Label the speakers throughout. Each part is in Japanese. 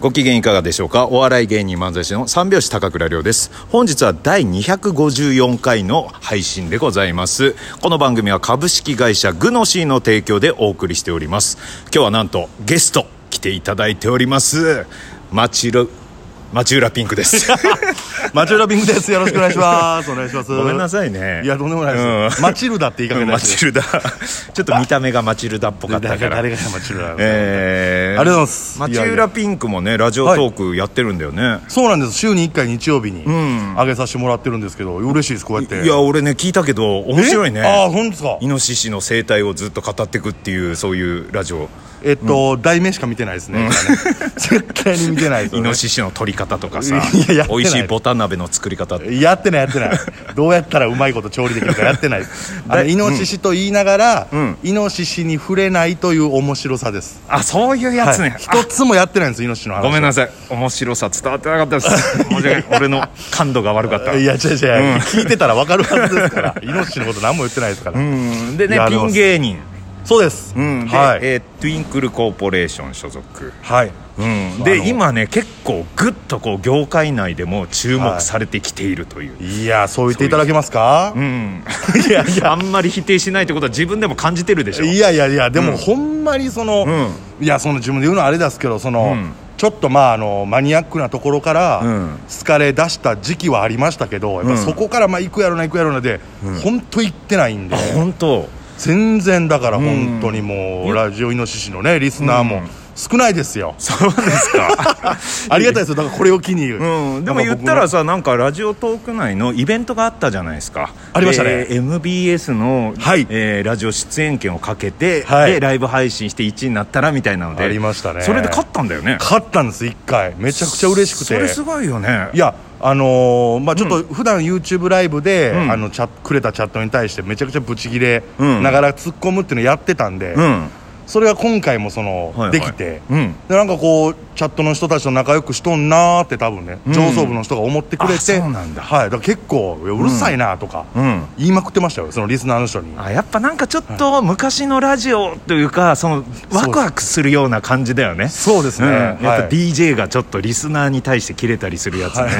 Speaker 1: ご機嫌いかがでしょうかお笑い芸人漫才師の三拍子高倉涼です本日は第254回の配信でございますこの番組は株式会社グノシーの提供でお送りしております今日はなんとゲスト来ていただいております町浦町浦ピンクです
Speaker 2: マチューラピンクです。よろしくお願いします。お願いします。
Speaker 1: ごめんなさいね
Speaker 2: いや、とんでもないです。マチルダって言いかけ
Speaker 1: うん
Speaker 2: ない
Speaker 1: マ
Speaker 2: です。
Speaker 1: チルダちょっと見た目がマチルダっぽかった
Speaker 2: 誰
Speaker 1: か
Speaker 2: が
Speaker 1: ら
Speaker 2: 誰がマチルダ。
Speaker 1: えー
Speaker 2: ありがとうございます
Speaker 1: 町
Speaker 2: いやいや
Speaker 1: 浦ピンクもねラジオトークやってるんだよね、
Speaker 2: そうなんです。週に1回日曜日に上げさせてもらってるんですけど、嬉しいです。こうやって。
Speaker 1: いや俺ね聞いたけど面白いね
Speaker 2: えああ、本当ですか
Speaker 1: イ。ノシシの生態をずっと語っていくっていうそういうラジオ
Speaker 2: えっと、題名しか見てないですね。絶対に見てないです
Speaker 1: イ
Speaker 2: よね
Speaker 1: ノ。シシの取り方とかさ
Speaker 2: いややってない
Speaker 1: 美味しいボタン鍋の作り方
Speaker 2: やってないやってないどうやったらうまいこと調理できるかやってな いですあのイノシシと言いながら、イノシシに触れないという面白さです
Speaker 1: あそういうやつね、
Speaker 2: はい一つもやってないんですイノシシの
Speaker 1: あ
Speaker 2: 話
Speaker 1: ごめんなさい面白さ伝わってなかったです申し訳ない俺の感度が悪かった
Speaker 2: いや違う違う、聞いてたら分かるはずです からイノシシのこと何も言ってないですから、
Speaker 1: うんで
Speaker 2: い
Speaker 1: ね
Speaker 2: や
Speaker 1: ピ
Speaker 2: でも
Speaker 1: ン芸人、
Speaker 2: そうです、
Speaker 1: うんで
Speaker 2: はい、
Speaker 1: えートゥインクルコーポレーション所属
Speaker 2: はい
Speaker 1: うん、
Speaker 2: あの
Speaker 1: で今ね結構グッとこう業界内でも注目されてきているという、
Speaker 2: いやそう言っていただけますか
Speaker 1: うん いや いやあんまり否定しないってことは自分でも感じてるでしょ
Speaker 2: いやいやいやでも、ほんまにその、
Speaker 1: う
Speaker 2: いやその自分で言うのはあれですけどその、
Speaker 1: うん
Speaker 2: ちょっとまああのマニアックなところから
Speaker 1: うん
Speaker 2: 好かれ出した時期はありましたけど、やっぱそこからまあ行くやろな行くやろなで、本当行ってないんで
Speaker 1: あ本当
Speaker 2: 全然だから本当にもう、ラジオイノシシのねリスナーも少ないですよ、
Speaker 1: そうですか
Speaker 2: ありがたいですよだからこれを機 に、
Speaker 1: うん、でも言ったらさなんかラジオトーク内のイベントがあったじゃないですか
Speaker 2: ありましたね
Speaker 1: で MBS の、
Speaker 2: はい
Speaker 1: えーラジオ出演権をかけて、
Speaker 2: はい
Speaker 1: でライブ配信して1位になったらみたいなので
Speaker 2: ありましたね
Speaker 1: それで勝ったんだよね
Speaker 2: 勝ったんです1回めちゃくちゃ嬉しくて
Speaker 1: それすごいよね
Speaker 2: いやあのーまあちょっと普段 YouTube ライブで、
Speaker 1: ん
Speaker 2: あのチャくれたチャットに対してめちゃくちゃブチギレ
Speaker 1: うん
Speaker 2: ながら突っ込むっていうのやってたんで、
Speaker 1: うん
Speaker 2: それが今回もその、
Speaker 1: はいはい
Speaker 2: できて、
Speaker 1: うん
Speaker 2: でなんかこうチャットの人たちと仲良くしとんなーって多分ね、
Speaker 1: ん
Speaker 2: 上層部の人が思ってくれ
Speaker 1: あ
Speaker 2: て
Speaker 1: そうなんだ
Speaker 2: はい、だから結構いやうるさいなとか、
Speaker 1: うん
Speaker 2: 言いまくってましたよそのリスナーの人に
Speaker 1: あやっぱなんかちょっと昔のラジオというかそのワクワクするような感じだよね
Speaker 2: そうですね
Speaker 1: んやっ
Speaker 2: はい
Speaker 1: ぱ DJ がちょっとリスナーに対してキレたりするやつね、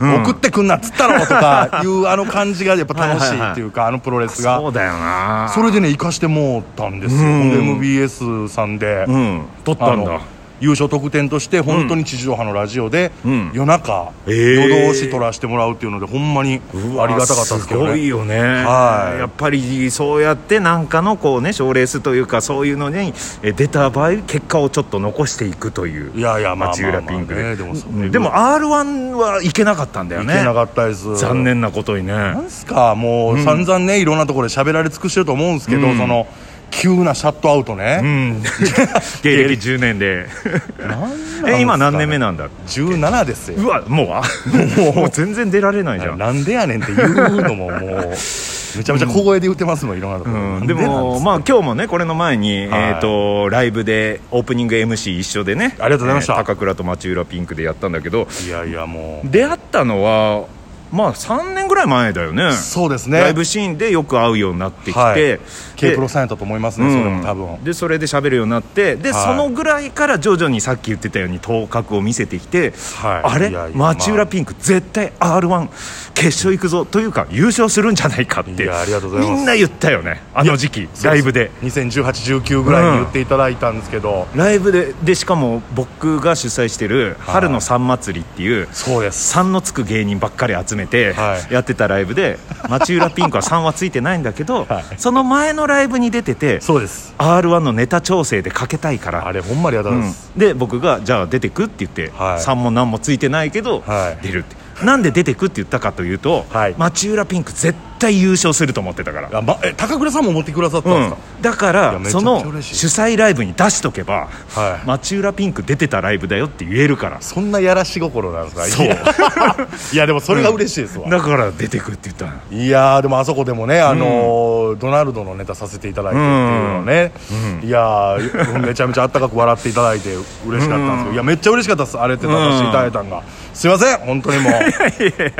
Speaker 2: もう送ってくんなっつったろと かいうあの感じがやっぱ楽しいっていうかあのプロレスが
Speaker 1: そうだよな
Speaker 2: それでね生かしてもうたんですよ、
Speaker 1: うん
Speaker 2: ほんで MBS さんで、
Speaker 1: うん取った
Speaker 2: あ
Speaker 1: ん
Speaker 2: の
Speaker 1: だ
Speaker 2: 優勝特典として本当に地上波のラジオで、
Speaker 1: うん
Speaker 2: 夜中、
Speaker 1: えー
Speaker 2: 夜通し撮らせてもらうっていうのでほんまに
Speaker 1: うわ
Speaker 2: ありがたかったですけど
Speaker 1: すごい
Speaker 2: ね
Speaker 1: よね、
Speaker 2: はい
Speaker 1: やっぱりそうやってなんかのこうね賞レースというかそういうのにえ出た場合結果をちょっと残していくという
Speaker 2: いやいやまあ
Speaker 1: 町浦ピンク
Speaker 2: まあま
Speaker 1: で
Speaker 2: あねでもそう
Speaker 1: うんでも r 1はいけなかったんだよ
Speaker 2: いけ
Speaker 1: ね
Speaker 2: なかったです
Speaker 1: 残念なことにね
Speaker 2: なんすかもう、散々ねいろんなところで喋られ尽くしてると思うんですけど、その急なシャットアウト
Speaker 1: う
Speaker 2: ね、
Speaker 1: ん芸歴10年でえ今何年目なんだ
Speaker 2: 17ですよ
Speaker 1: うわもうあ もう全然出られないじゃん、
Speaker 2: なんでやねんって言うのももうめちゃめちゃ小声で言ってますもんいろんなところ、
Speaker 1: う、
Speaker 2: なんん
Speaker 1: で
Speaker 2: なんすか
Speaker 1: もまあ今日もねこれの前に、
Speaker 2: はい
Speaker 1: えー、とライブでオープニング MC 一緒でね
Speaker 2: ありがとうございました
Speaker 1: えー高倉と町浦ピンクでやったんだけど
Speaker 2: いやいやもう
Speaker 1: 出会ったのはまあ3年ぐらい前だよね
Speaker 2: そうですね
Speaker 1: ライブシーンでよく会うようになってきて、
Speaker 2: はい
Speaker 1: で、
Speaker 2: K プロさんやったと思いますね、それも多
Speaker 1: うん
Speaker 2: 分
Speaker 1: でそれで喋るようになってで、
Speaker 2: はい
Speaker 1: そのぐらいから徐々にさっき言ってたように頭角を見せてきて、
Speaker 2: はい
Speaker 1: あれ
Speaker 2: いやいや
Speaker 1: 町浦ピンク絶対 r 1決勝行くぞというか優勝するんじゃないかって
Speaker 2: いやありがとうございます
Speaker 1: みんな言ったよねあの時期ライブで
Speaker 2: 201819ぐらいに言っていただいたんですけど、
Speaker 1: ライブででしかも僕が主催してる「春の三祭り」っていう
Speaker 2: そうです
Speaker 1: 3のつく芸人ばっかり集めて
Speaker 2: はい
Speaker 1: やってたライブで町浦ピンクは3はついてないんだけ どその前のライブに出てて
Speaker 2: そうです
Speaker 1: r 1のネタ調整でかけたいから
Speaker 2: あれほんまにやだ
Speaker 1: う
Speaker 2: で
Speaker 1: ん
Speaker 2: す、
Speaker 1: で僕がじゃあ出てくって言って、
Speaker 2: はい
Speaker 1: 3も何もついてないけど、
Speaker 2: はい
Speaker 1: 出るってなんで出てくって言ったかというと、
Speaker 2: はい
Speaker 1: 町浦ピンク絶対優勝すると思ってたから、
Speaker 2: あま、え高倉さんも持ってくださったん
Speaker 1: う
Speaker 2: です
Speaker 1: ん
Speaker 2: か、、
Speaker 1: だか
Speaker 2: いや
Speaker 1: ら
Speaker 2: めちゃ
Speaker 1: そ
Speaker 2: くちゃ
Speaker 1: の
Speaker 2: 嬉しい
Speaker 1: 主催ライブに出しとけば、
Speaker 2: はい
Speaker 1: 町浦ピンク出てたライブだよって言えるから
Speaker 2: そんなやらし心なんですか
Speaker 1: そう
Speaker 2: いや いやでもそれが嬉しい ですわ、
Speaker 1: だから出てくって言ったのよ
Speaker 2: いやーでもあそこでもね、あのードナルドのネタさせていただいてっていうのをね、いやーめちゃめちゃあったかく笑っていただいて嬉しかったんですけど、いやめっちゃ嬉しかったですあれって出させていた だいたんが、すいません本当にもう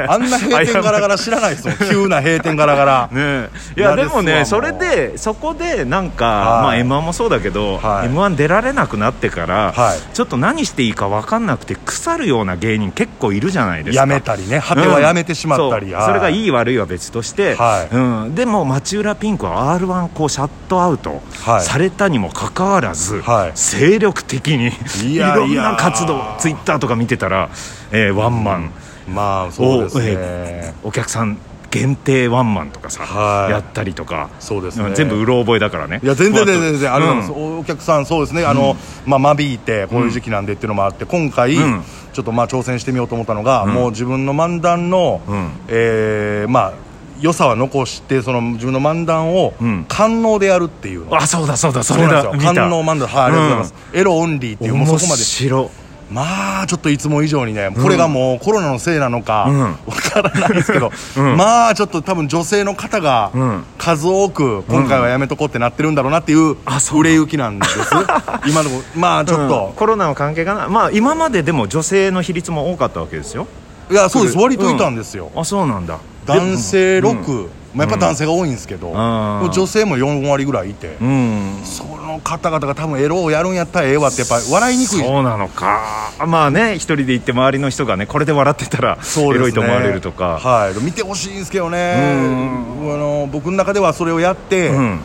Speaker 2: あんな閉店ガラガラ知らないですもん急な閉店点ガラガラ、
Speaker 1: ねえいや
Speaker 2: 嫌
Speaker 1: で
Speaker 2: です
Speaker 1: も
Speaker 2: わ
Speaker 1: ね
Speaker 2: もう
Speaker 1: それでそこでなんか、
Speaker 2: はい
Speaker 1: まあ m 1もそうだけど、
Speaker 2: はい
Speaker 1: m 1出られなくなってから、
Speaker 2: はい
Speaker 1: ちょっと何していいか分かんなくて腐るような芸人結構いるじゃないですか
Speaker 2: やめたりね果てはやめてしまったり、
Speaker 1: うんそう
Speaker 2: はい
Speaker 1: それがいい悪いは別として、
Speaker 2: はい
Speaker 1: うん、でも町浦ピンクは r 1こうシャットアウト
Speaker 2: はい
Speaker 1: されたにもかかわらず、
Speaker 2: はい
Speaker 1: 精力的にい
Speaker 2: いや
Speaker 1: ろん
Speaker 2: い
Speaker 1: な
Speaker 2: や
Speaker 1: 活動ツイッターとか見てたら、えーワンマン
Speaker 2: まあ
Speaker 1: を、
Speaker 2: そうです
Speaker 1: え
Speaker 2: ね
Speaker 1: ーお客さん限定ワンマンとかさ、
Speaker 2: はい
Speaker 1: やったりとか
Speaker 2: そうですね
Speaker 1: ん全部うろ覚えだからね
Speaker 2: いや全然全然全然あ
Speaker 1: う
Speaker 2: の、
Speaker 1: ん
Speaker 2: お客さんそうですねあの、まあ間引いてこういう時期なんでっていうのもあって今回、
Speaker 1: ん
Speaker 2: ちょっとまあ挑戦してみようと思ったのが、もう自分の漫談の、
Speaker 1: ん
Speaker 2: えーまあ良さは残してその自分の漫談を
Speaker 1: ん
Speaker 2: 官能でやるっていうの、
Speaker 1: あそうだそうだそ
Speaker 2: そ
Speaker 1: れ
Speaker 2: うな
Speaker 1: だ
Speaker 2: ん
Speaker 1: 見
Speaker 2: ですよ
Speaker 1: た
Speaker 2: 官能漫談はいありがとうございます、エロオンリーっていうもうそ
Speaker 1: 面
Speaker 2: こまで
Speaker 1: 白
Speaker 2: まあちょっといつも以上にねこれがもうコロナのせいなのか
Speaker 1: ん
Speaker 2: わからないで すけど、まあちょっと多分女性の方
Speaker 1: ん
Speaker 2: が数多く今回はやめとこうってなってるんだろうなっていう
Speaker 1: あそう
Speaker 2: 売れ行きなんです 今でもまあちょっ
Speaker 1: うん
Speaker 2: と、
Speaker 1: コロナの関係かなまあ今まででも女性の比率も多かったわけですよ
Speaker 2: いやそうです
Speaker 1: うん
Speaker 2: 割といたんですよ、
Speaker 1: あそうなんだ
Speaker 2: 男性6、まあ、やっぱ
Speaker 1: うん
Speaker 2: 男性が多いんですけど、
Speaker 1: あー
Speaker 2: 女性も4割ぐらいいて、
Speaker 1: うん
Speaker 2: その方々が多分エロをやるんやったらええわってやっぱり笑いにくい
Speaker 1: そうなのかまあね一人で行って周りの人がねこれで笑ってたら
Speaker 2: そう
Speaker 1: エ
Speaker 2: ですね
Speaker 1: ロいと思われるとか、
Speaker 2: はい、見てほしいんですけどね、
Speaker 1: ん
Speaker 2: あの僕の中ではそれをやって、
Speaker 1: うん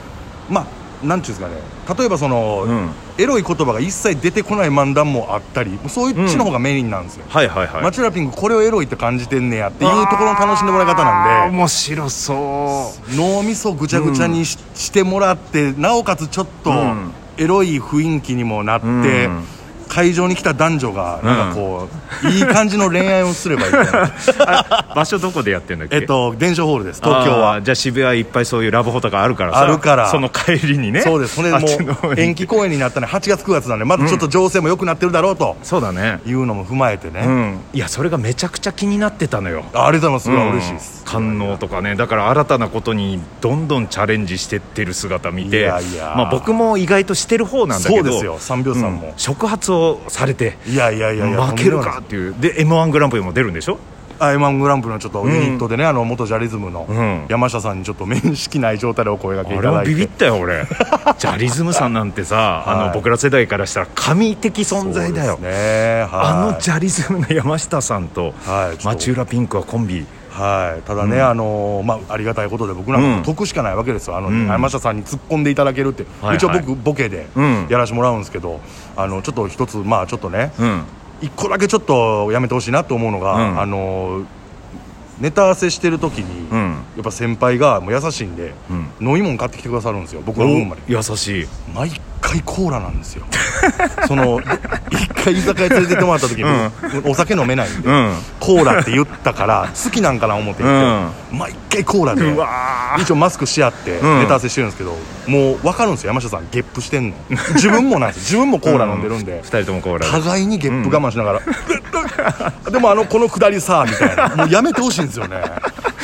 Speaker 2: まあなんていうんですかね例えばその、
Speaker 1: うん
Speaker 2: エロい言葉が一切出てこない漫談もあったりそういうっちの方がメインなんですよ、
Speaker 1: はいはいはい
Speaker 2: マチュラピンクこれをエロいって感じてんねやっていうところの楽しんでもらい方な
Speaker 1: あー
Speaker 2: んで
Speaker 1: 面白そ
Speaker 2: 脳みそぐちゃぐちゃにし,、てもらってなおかつちょっと
Speaker 1: ん
Speaker 2: エロい雰囲気にもなって、
Speaker 1: うん
Speaker 2: 会場に来た男女がなんかこ う、いい感じの恋愛をすればいいかな
Speaker 1: う場所どこでやってんだっけ
Speaker 2: えっと伝承ホールです東京は
Speaker 1: あーじゃあ渋谷いっぱいそういうラブホとかあるからさ
Speaker 2: あるから
Speaker 1: その帰りにね
Speaker 2: そうです、それ
Speaker 1: あっちの
Speaker 2: も
Speaker 1: 方
Speaker 2: う
Speaker 1: に
Speaker 2: 延期公演になったね、8月、9月なんで、まずちょっと情勢も良くなってるだろうと
Speaker 1: そうだね
Speaker 2: いうのも踏まえて
Speaker 1: う
Speaker 2: ね、
Speaker 1: んいやそれがめちゃくちゃ気になってたのよ
Speaker 2: あありがとうございます、
Speaker 1: う
Speaker 2: うわ
Speaker 1: ん
Speaker 2: 嬉しいです。
Speaker 1: 官能とかねだから新たなことにどんどんチャレンジしてってる姿見て
Speaker 2: いやいや
Speaker 1: まあ、僕も意外としてる方なんだけ
Speaker 2: そ
Speaker 1: ど
Speaker 2: うですよ、三秒さんも。
Speaker 1: 触発をされて
Speaker 2: いやいやいやいや、
Speaker 1: 負けるかっていうで m 1グランプリも出るんでしょ
Speaker 2: アイマングランプリのちょっとユニットでね、あの元ジャリズム
Speaker 1: うん
Speaker 2: の山下さんにちょっと面識ない状態でお声がけい
Speaker 1: あ
Speaker 2: た
Speaker 1: れ
Speaker 2: だ
Speaker 1: はいビ
Speaker 2: て、
Speaker 1: ビったよ 俺ジャリズムさんなんてさ、あの
Speaker 2: はい
Speaker 1: 僕ら世代からしたら神的存在だよ
Speaker 2: そうですね、
Speaker 1: あの
Speaker 2: はい
Speaker 1: ジャリズムの山下さんと
Speaker 2: はいちょっと
Speaker 1: 町浦ピンクはコンビ
Speaker 2: はい、ただね、あのーまあ、ありがたいことで僕なんか得しかないわけですよ、あの
Speaker 1: ん
Speaker 2: 山下さんに突っ込んでいただけるって、
Speaker 1: はいはい
Speaker 2: 一応僕ボケで
Speaker 1: うん
Speaker 2: やらせてもらうんですけど、あのちょっと一つまあちょっとね、
Speaker 1: うん
Speaker 2: 一個だけちょっとやめてほしいなと思うのが、
Speaker 1: うん
Speaker 2: あのーネタ合わせしてる時に、
Speaker 1: うん
Speaker 2: やっぱ先輩がもう優しいんで、飲み物買ってきてくださるんですよ僕の分まで
Speaker 1: 優しい
Speaker 2: 毎回コーラなんですよ そので一回居酒屋連れてってもらった時に、お酒飲めないんで、
Speaker 1: うん
Speaker 2: コーラって言ったから好きなんかな思って言って、毎回コーラで
Speaker 1: うわ
Speaker 2: 一応マスクし合ってネ
Speaker 1: ん
Speaker 2: タ合わせしてるんですけど、もう分かるんですよ山下さんゲップしてんの自分もなんです自分もコーラ飲んでるんで、
Speaker 1: 2人ともコーラ
Speaker 2: 互いにゲップ我慢しながら、 でもあのこのくだりさみたいなもうやめてほしいんです よね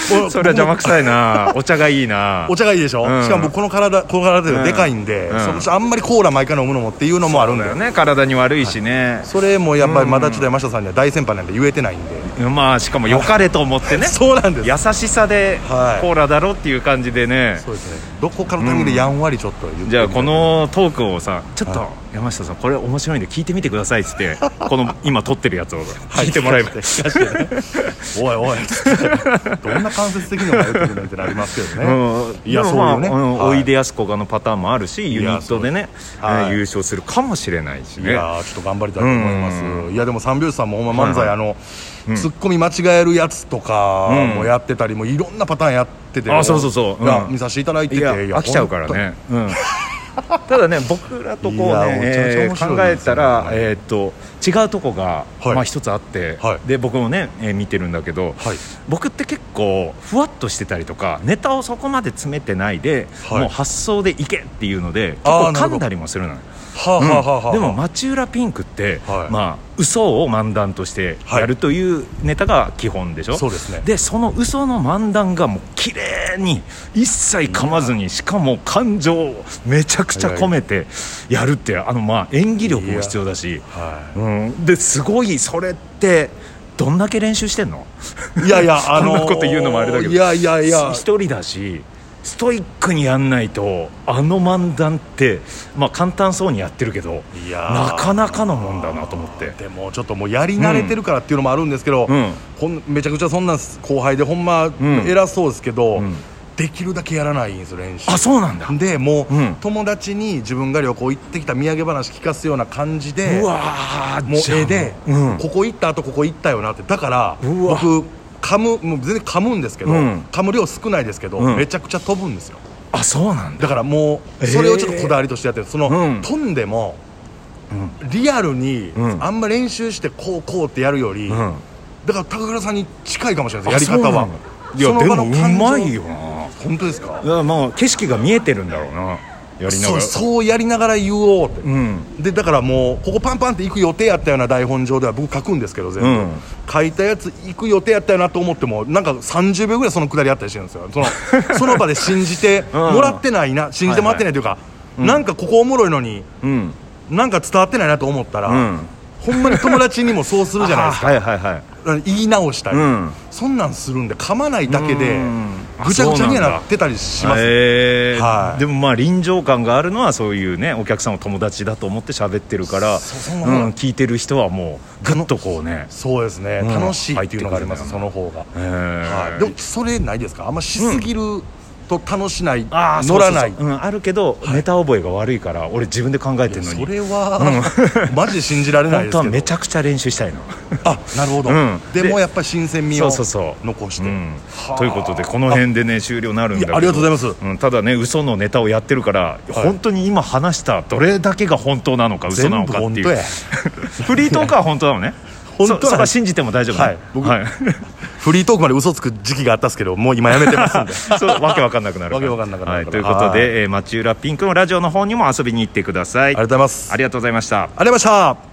Speaker 1: それは邪魔くさいなお茶がいいな
Speaker 2: お茶がいいでしょ、
Speaker 1: うん
Speaker 2: しかも僕この体この体ででかいんで、
Speaker 1: うん
Speaker 2: そのあんまりコーラ毎回飲むのもっていうのもあるんだよね
Speaker 1: ね体に悪いしね、
Speaker 2: それもやっぱりまだちょっと山下さんには大先輩なんで言えてないんで、
Speaker 1: まあしかも良かれと思ってね
Speaker 2: そうなんです
Speaker 1: 優しさでコ
Speaker 2: はい
Speaker 1: ーラだろっていう感じでね、
Speaker 2: そうですねどこかのタイミングでやんわりちょっと言ってみた
Speaker 1: じゃあこのトークをさちょっと山下さんこれ面白いんで聞いてみてくださいっつって この今撮ってるやつを聞いても らえば、
Speaker 2: はい聞かせて 聞かせてねおいおい つってどんな間接的にも言ってくるなんてなりますけどね、
Speaker 1: うん、
Speaker 2: いや
Speaker 1: で
Speaker 2: そう
Speaker 1: もまあ
Speaker 2: いうね、
Speaker 1: ん
Speaker 2: はい
Speaker 1: おいでやすこがのパターンもあるしユニットでね
Speaker 2: いやそうですはい
Speaker 1: えー優勝するかもしれないし
Speaker 2: い
Speaker 1: ね
Speaker 2: やーちょっと頑張りたいと思います、いやでも三拍子さんもほんま漫
Speaker 1: は
Speaker 2: 才、
Speaker 1: いはい
Speaker 2: あの、ツッコミ間違えるやつとかもやってたり、もういろんなパターンやってて
Speaker 1: あそうそうそううん
Speaker 2: いや見させていただいてて
Speaker 1: いや
Speaker 2: いや
Speaker 1: 飽きちゃうからね、うん、 ただね僕らとこうね
Speaker 2: いやめちゃめちゃ
Speaker 1: えー
Speaker 2: 面白い
Speaker 1: 考え
Speaker 2: ですね
Speaker 1: たら、えーっと違うとこが、
Speaker 2: はい
Speaker 1: まあ、一つあって、
Speaker 2: はい
Speaker 1: で僕もね、えー見てるんだけど、
Speaker 2: はい
Speaker 1: 僕って結構ふわっとしてたりとかネタをそこまで詰めてないで、
Speaker 2: はい
Speaker 1: もう発想でいけっていうので結
Speaker 2: あー
Speaker 1: 構
Speaker 2: なるほ
Speaker 1: 噛
Speaker 2: ど
Speaker 1: んだりもするのよ
Speaker 2: はあはあはあはあ
Speaker 1: でも町浦ピンクって、
Speaker 2: はい
Speaker 1: まあ嘘を漫談としてやるというネタが基本でしょ、
Speaker 2: そうですね
Speaker 1: でその嘘の漫談がもう綺麗に一切噛まずにしかも感情をめちゃくちゃ込めてやるってあのまあ演技力も必要だし、
Speaker 2: は
Speaker 1: うん、ですごいそれってどんだけ練習してんの
Speaker 2: いやいやあ
Speaker 1: こ んな
Speaker 2: の
Speaker 1: こと言うのもあれだけど
Speaker 2: いやいやいや
Speaker 1: 一人だしストイックにやんないとあの漫談って、まあ、簡単そうにやってるけど
Speaker 2: いやー
Speaker 1: なかなかのもんだなと思って
Speaker 2: でもちょっともうやり慣れてるからっていうのもあるんですけど、
Speaker 1: うん
Speaker 2: ほんめちゃくちゃそんな後輩でほんま
Speaker 1: ん
Speaker 2: 偉そうですけど、
Speaker 1: ん
Speaker 2: できるだけやらないんですよ練習
Speaker 1: あそうなんだ
Speaker 2: でもう、
Speaker 1: うん
Speaker 2: 友達に自分が旅行行ってきた土産話聞かすような感じで
Speaker 1: うわー
Speaker 2: もう
Speaker 1: じゃあ
Speaker 2: 絵で、
Speaker 1: うん
Speaker 2: ここ行ったあとここ行ったよなってだから
Speaker 1: うわ
Speaker 2: 僕噛むもう全然噛むんですけど、
Speaker 1: うん
Speaker 2: 噛む量少ないですけど、
Speaker 1: うん
Speaker 2: めちゃくちゃ飛ぶんですよ
Speaker 1: あそうなんだ
Speaker 2: だからもう
Speaker 1: えー
Speaker 2: それをちょっとこだわりとしてやってるその、
Speaker 1: うん
Speaker 2: 飛んでも、リアルに、
Speaker 1: うん
Speaker 2: あんま練習してこうこうってやるより、
Speaker 1: うん
Speaker 2: だから高倉さんに近いかもしれないですやり方
Speaker 1: あ
Speaker 2: は
Speaker 1: そうなんだいやでもうまいよ
Speaker 2: 感
Speaker 1: な
Speaker 2: 情本当ですか
Speaker 1: だからまあ景色が見えてるんだろうなやりなが
Speaker 2: そう
Speaker 1: ら
Speaker 2: そうやりながら言おうって、
Speaker 1: うん
Speaker 2: でだからもうここパンパンって行く予定やったような台本上では僕書くんですけど全部、
Speaker 1: うん
Speaker 2: 書いたやつ行く予定やったよなと思ってもなんか30秒ぐらいそのくだりあったりしてるんです よそのその場で信じてもらってないな、信じてもらってないというか、なんかここおもろいのに
Speaker 1: うん
Speaker 2: なんか伝わってないなと思ったら、
Speaker 1: うん
Speaker 2: ほんまに友達にもそうするじゃないですか
Speaker 1: はいはいはい
Speaker 2: 言い直したり、
Speaker 1: うん
Speaker 2: そんなんするんで噛まないだけ
Speaker 1: う
Speaker 2: で
Speaker 1: ん
Speaker 2: ぐちゃぐちゃ
Speaker 1: あそうな
Speaker 2: には
Speaker 1: んだ
Speaker 2: なってたりします、
Speaker 1: えー
Speaker 2: はい
Speaker 1: でもまあ臨場感があるのはそういうねお客さんを友達だと思って喋ってるから
Speaker 2: そそんなもん
Speaker 1: うん聞いてる人はもうグッとこうね、
Speaker 2: そうですね、
Speaker 1: うん
Speaker 2: 楽しいっていうのがありますその方が、
Speaker 1: えー
Speaker 2: はい、でもそれないですかあんましすぎると楽しない、
Speaker 1: あー
Speaker 2: 乗らない
Speaker 1: そうそうそううん、あるけど、ネタ覚えが悪いから俺自分で考えてるのに
Speaker 2: それは、 マジで信じられない
Speaker 1: 本
Speaker 2: ですけ
Speaker 1: 当
Speaker 2: ど
Speaker 1: はめちゃくちゃ練習したいの
Speaker 2: あなるほど、
Speaker 1: うん
Speaker 2: で
Speaker 1: で
Speaker 2: もやっぱり新鮮味
Speaker 1: そ
Speaker 2: を
Speaker 1: うそうそう
Speaker 2: 残して、
Speaker 1: うん
Speaker 2: はあ
Speaker 1: ということでこの辺でね終了になるんだけど
Speaker 2: いやありがとうございます
Speaker 1: んただね嘘のネタをやってるから、本当に今話したどれだけが本当なのか嘘なのかってい
Speaker 2: 全
Speaker 1: う
Speaker 2: 部本当や
Speaker 1: フリートークは本当なのね
Speaker 2: 本当なの
Speaker 1: そそれは信じても大丈夫ね
Speaker 2: はい僕
Speaker 1: はい、
Speaker 2: フリートークまで嘘つく時期があったんですけどもう今やめてますん で
Speaker 1: そうわけわかんなくなるら
Speaker 2: わけわかんなくな
Speaker 1: は
Speaker 2: る
Speaker 1: い、
Speaker 2: か
Speaker 1: とい
Speaker 2: ら
Speaker 1: うことで、
Speaker 2: は
Speaker 1: えー、町浦ピンクのラジオの方にも遊びに行ってください
Speaker 2: ありがとうございます
Speaker 1: ありがとうございました
Speaker 2: ありがとうございました